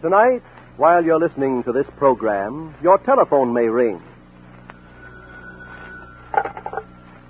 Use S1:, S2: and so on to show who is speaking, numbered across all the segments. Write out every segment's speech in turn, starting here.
S1: Tonight, while you're listening to this program, your telephone may ring.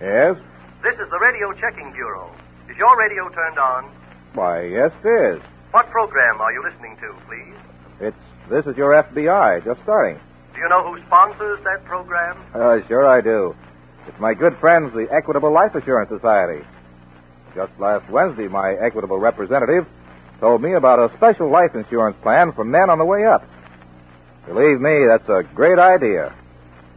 S2: Yes?
S3: This is the Radio Checking Bureau. Is your radio turned on?
S2: Why, yes, it is.
S3: What program are you listening to, please?
S2: It's This is Your FBI, just starting.
S3: Do you know who sponsors that program?
S2: Uh, sure I do. It's my good friends, the Equitable Life Assurance Society. Just last Wednesday, my Equitable representative told me about a special life insurance plan for men on the way up. Believe me, that's a great idea.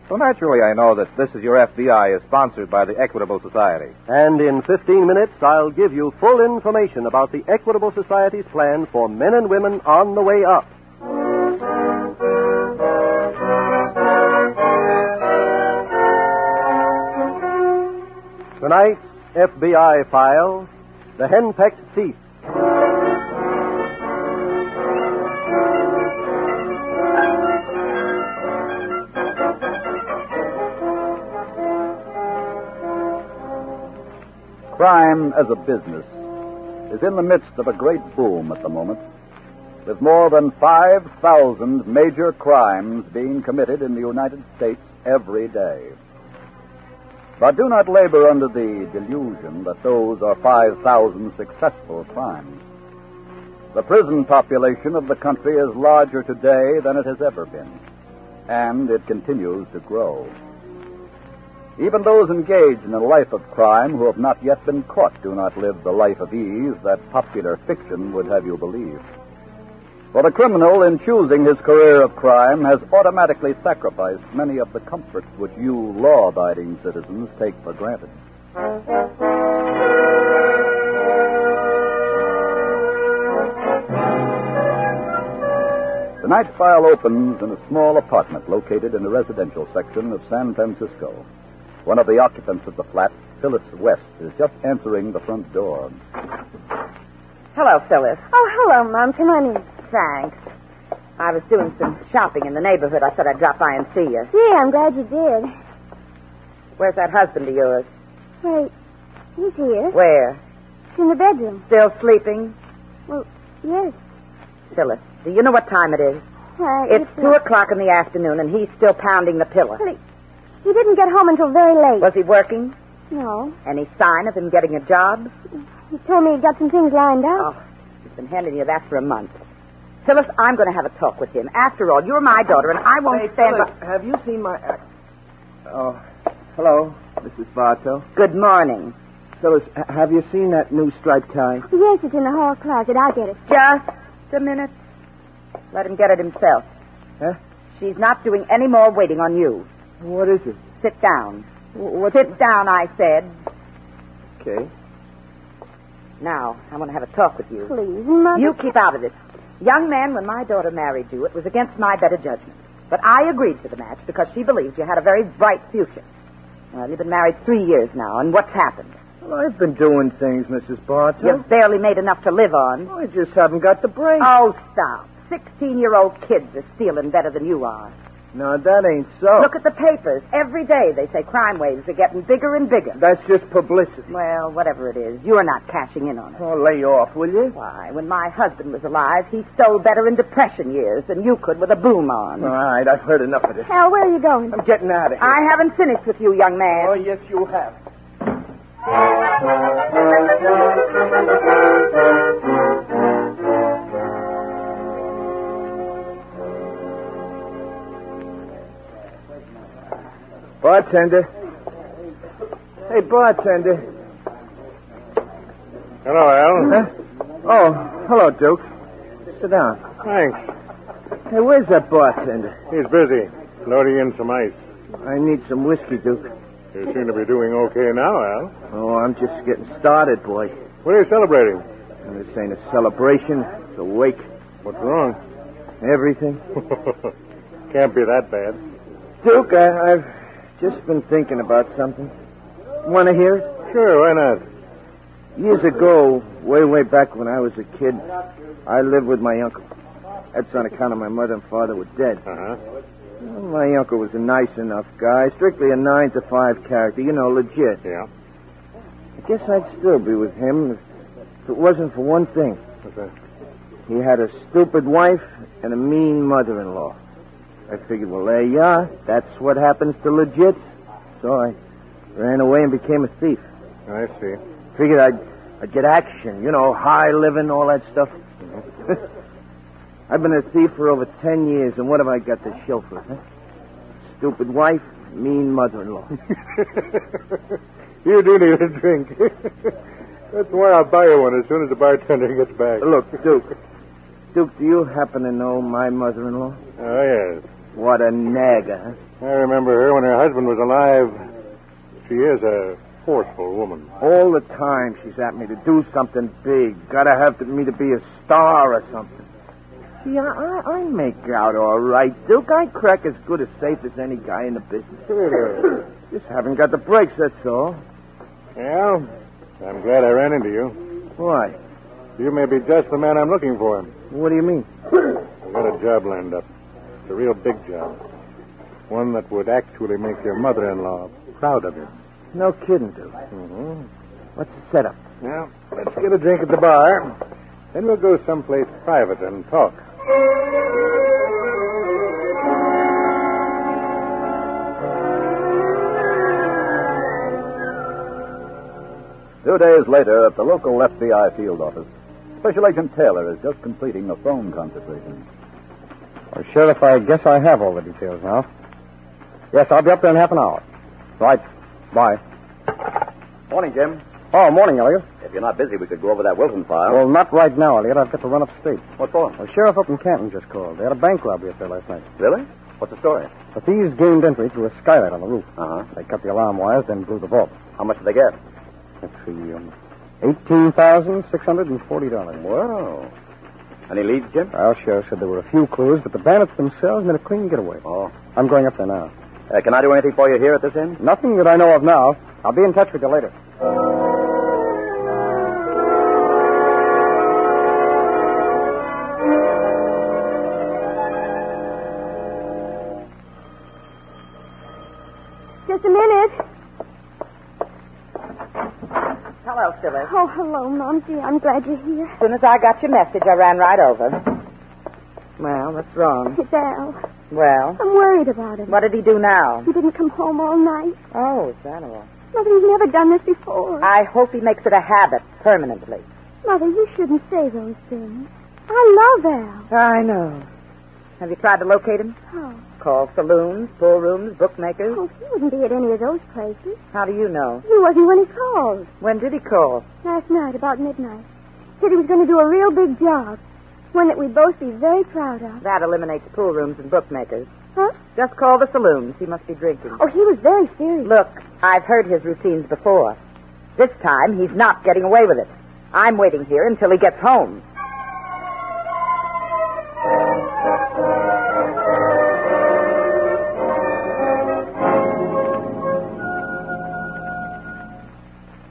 S2: So naturally, I know that This Is Your FBI is sponsored by the Equitable Society.
S1: And in 15 minutes, I'll give you full information about the Equitable Society's plan for men and women on the way up. Tonight's FBI file The Henpecked Thief.
S4: Crime as a business is in the midst of a great boom at the moment, with more than 5,000 major crimes being committed in the United States every day. But do not labor under the delusion that those are 5,000 successful crimes. The prison population of the country is larger today than it has ever been, and it continues to grow. Even those engaged in a life of crime who have not yet been caught do not live the life of ease that popular fiction would have you believe. For the criminal, in choosing his career of crime, has automatically sacrificed many of the comforts which you law abiding citizens take for granted. Tonight's file opens in a small apartment located in the residential section of San Francisco. One of the occupants of the flat, Phyllis West, is just entering the front door.
S5: Hello, Phyllis.
S6: Oh, hello, Mom. Come on in.
S5: Thanks. I was doing some shopping in the neighborhood. I thought I'd drop by and see you.
S6: Yeah, I'm glad you did.
S5: Where's that husband of yours?
S6: Wait, he's here.
S5: Where?
S6: He's in the bedroom.
S5: Still sleeping?
S6: Well, yes.
S5: Phyllis, do you know what time it is?
S6: Uh,
S5: It's two o'clock in the afternoon, and he's still pounding the pillow.
S6: Well, He didn't get home until very late.
S5: Was he working?
S6: No.
S5: Any sign of him getting a job?
S6: He told me he got some things lined
S5: Oh,
S6: up.
S5: he's been handing you that for a month. Phyllis, I'm going to have a talk with him. After all, you're my daughter, and I won't stand by.
S7: Have you seen my act? Oh, hello, Mrs. Bartow.
S5: Good morning.
S7: Phyllis, h- have you seen that new striped tie?
S6: Yes, it's in the hall closet. I'll get it.
S5: Just a minute. Let him get it himself.
S7: Huh?
S5: She's not doing any more waiting on you.
S7: What is it?
S5: Sit down.
S7: Wh- What?
S5: Sit down, I said.
S7: Okay.
S5: Now, I want to have a talk with you.
S6: Please, Mother.
S5: You keep out of this. Young man, when my daughter married you, it was against my better judgment. But I agreed to the match because she believed you had a very bright future. Well, you've been married three years now, and what's happened?
S1: Well, I've been doing things, Mrs. Barton.
S5: You've barely made enough to live on.
S1: I just haven't got the break.
S5: Oh, stop. Sixteen-year-old kids are stealing better than you are.
S1: Now, that ain't so.
S5: Look at the papers. Every day they say crime waves are getting bigger and bigger.
S1: That's just publicity.
S5: Well, whatever it is, you're not cashing in on it.
S1: Oh, lay off, will you?
S5: Why, when my husband was alive, he stole better in depression years than you could with a boom on.
S1: All right, I've heard enough of this.
S8: Al, where are you going?
S1: I'm getting out of here.
S5: I haven't finished with you, young man.
S1: Oh, yes, you have. Bartender. Hey, bartender.
S9: Hello, Al.
S1: Huh? Oh, hello, Duke. Sit down.
S9: Thanks.
S1: Hey, where's that bartender?
S9: He's busy loading in some ice.
S1: I need some whiskey, Duke.
S9: You seem to be doing okay now, Al.
S1: Oh, I'm just getting started, boy.
S9: What are you celebrating?
S1: This ain't a celebration. It's a wake.
S9: What's wrong?
S1: Everything.
S9: Can't be that bad.
S1: Duke, I, I've just been thinking about something. Want to hear it?
S9: Sure, why not?
S1: Years ago, way, way back when I was a kid, I lived with my uncle. That's on account of my mother and father were dead.
S9: Uh-huh.
S1: Well, my uncle was a nice enough guy, strictly a nine to five character, you know, legit.
S9: Yeah.
S1: I guess I'd still be with him if, if it wasn't for one thing.
S9: What's that?
S1: He had a stupid wife and a mean mother in law. I figured, well, there you are. That's what happens to legits. So I ran away and became a thief.
S9: I see.
S1: Figured I'd, I'd get action, you know, high living, all that stuff. I've been a thief for over ten years, and what have I got to show for it? Huh? Stupid wife, mean mother-in-law.
S9: you do need a drink. That's why I'll buy you one as soon as the bartender gets back.
S1: Look, Duke. Duke, do you happen to know my mother-in-law?
S9: Oh, yes.
S1: What a nagger.
S9: I remember her when her husband was alive. She is a forceful woman.
S1: All the time she's at me to do something big. Gotta have to, me to be a star or something. See, I, I, I make out all right, Duke. I crack as good a safe as any guy in the business. Just haven't got the breaks, that's all.
S9: Well, I'm glad I ran into you.
S1: Why?
S9: You may be just the man I'm looking for.
S1: What do you mean?
S9: I've got a job lined up. It's a real big job. One that would actually make your mother in law proud of you.
S1: No kidding, Duke.
S9: Mm-hmm.
S1: What's the setup?
S9: Now, let's get a drink at the bar. Then we'll go someplace private and talk.
S4: Two days later, at the local FBI field office, Special Agent Taylor is just completing a phone conversation.
S9: Oh,
S10: Well, Sheriff, I guess I have all the details now. Yes, I'll be up there in half an hour. Right. Bye.
S11: Morning, Jim.
S10: Oh, morning, Elliot.
S11: If you're not busy, we could go over that Wilson
S1: Uh,
S11: file.
S10: Well, not right now, Elliot. I've got to run upstate.
S11: What for?
S10: The sheriff up in Canton just called. They had a bank robbery up there last night.
S11: Really? What's the story?
S10: The thieves gained entry through a skylight on the roof.
S11: Uh-huh.
S10: They cut the alarm wires, then blew the vault.
S11: How much did they get?
S10: Let's see, um, eighteen thousand six hundred and forty dollars.
S11: Wow. Any leads, Jim?
S10: Well, sheriff said there were a few clues, but the bandits themselves made a clean getaway.
S11: Oh.
S10: I'm going up there now.
S11: Uh, can I do anything for you here at this end?
S10: Nothing that I know of now. I'll be in touch with you later.
S8: Just a minute.
S5: Hello, Phyllis.
S8: Oh, hello, Mom. Gee, I'm glad you're here.
S5: As soon as I got your message, I ran right over. Well, what's wrong?
S8: It's Al.
S5: Well,
S8: I'm worried about him.
S5: what did he do now?
S8: He didn't come home all night.
S5: Oh, it's animal.
S8: Mother, he's never done this before.
S5: I hope he makes it a habit permanently.
S8: Mother, you shouldn't say those things. I love Al.
S5: I know. Have you tried to locate him?
S8: Oh,
S5: Call saloons, pool rooms, bookmakers.
S8: oh he wouldn't be at any of those places.
S5: How do you know?
S8: He wasn't when he called.
S5: When did he call?
S8: Last night, about midnight. Said he was going to do a real big job. One that we'd both be very proud of.
S5: That eliminates pool rooms and bookmakers.
S8: Huh?
S5: Just call the saloons. He must be drinking.
S8: Oh, he was very serious.
S5: Look, I've heard his routines before. This time, he's not getting away with it. I'm waiting here until he gets home.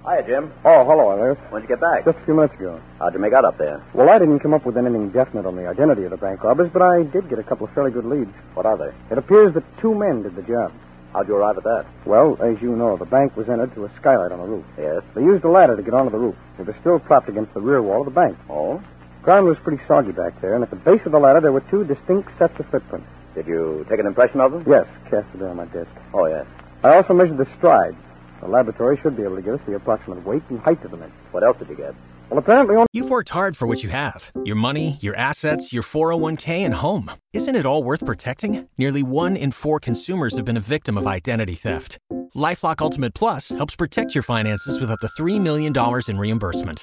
S4: Hiya, Jim.
S1: Oh, hello, Elias.
S4: When'd you get back?
S1: Just a few minutes ago.
S4: How'd you make out up there?
S1: Well, I didn't come up with anything definite on the identity of the bank robbers, but I did get a couple of fairly good leads.
S4: What are they?
S1: It appears that two men did the job.
S4: How'd you arrive at that?
S1: Well, as you know, the bank was entered through a skylight on the roof.
S4: Yes.
S1: They used a ladder to get onto the roof. It was still propped against the rear wall of the bank.
S4: Oh?
S1: Ground was pretty soggy back there, and at the base of the ladder there were two distinct sets of footprints.
S4: Did you take an impression of them?
S1: Yes, casted on my desk.
S4: Oh, yes.
S1: I also measured the stride. The laboratory should be able to give us the approximate weight and height of the men.
S4: What else did you get?
S1: Well, apparently only...
S12: You've worked hard for what you have your money, your assets, your 401k, and home. Isn't it all worth protecting? Nearly one in four consumers have been a victim of identity theft. Lifelock Ultimate Plus helps protect your finances with up to $3 million in reimbursement.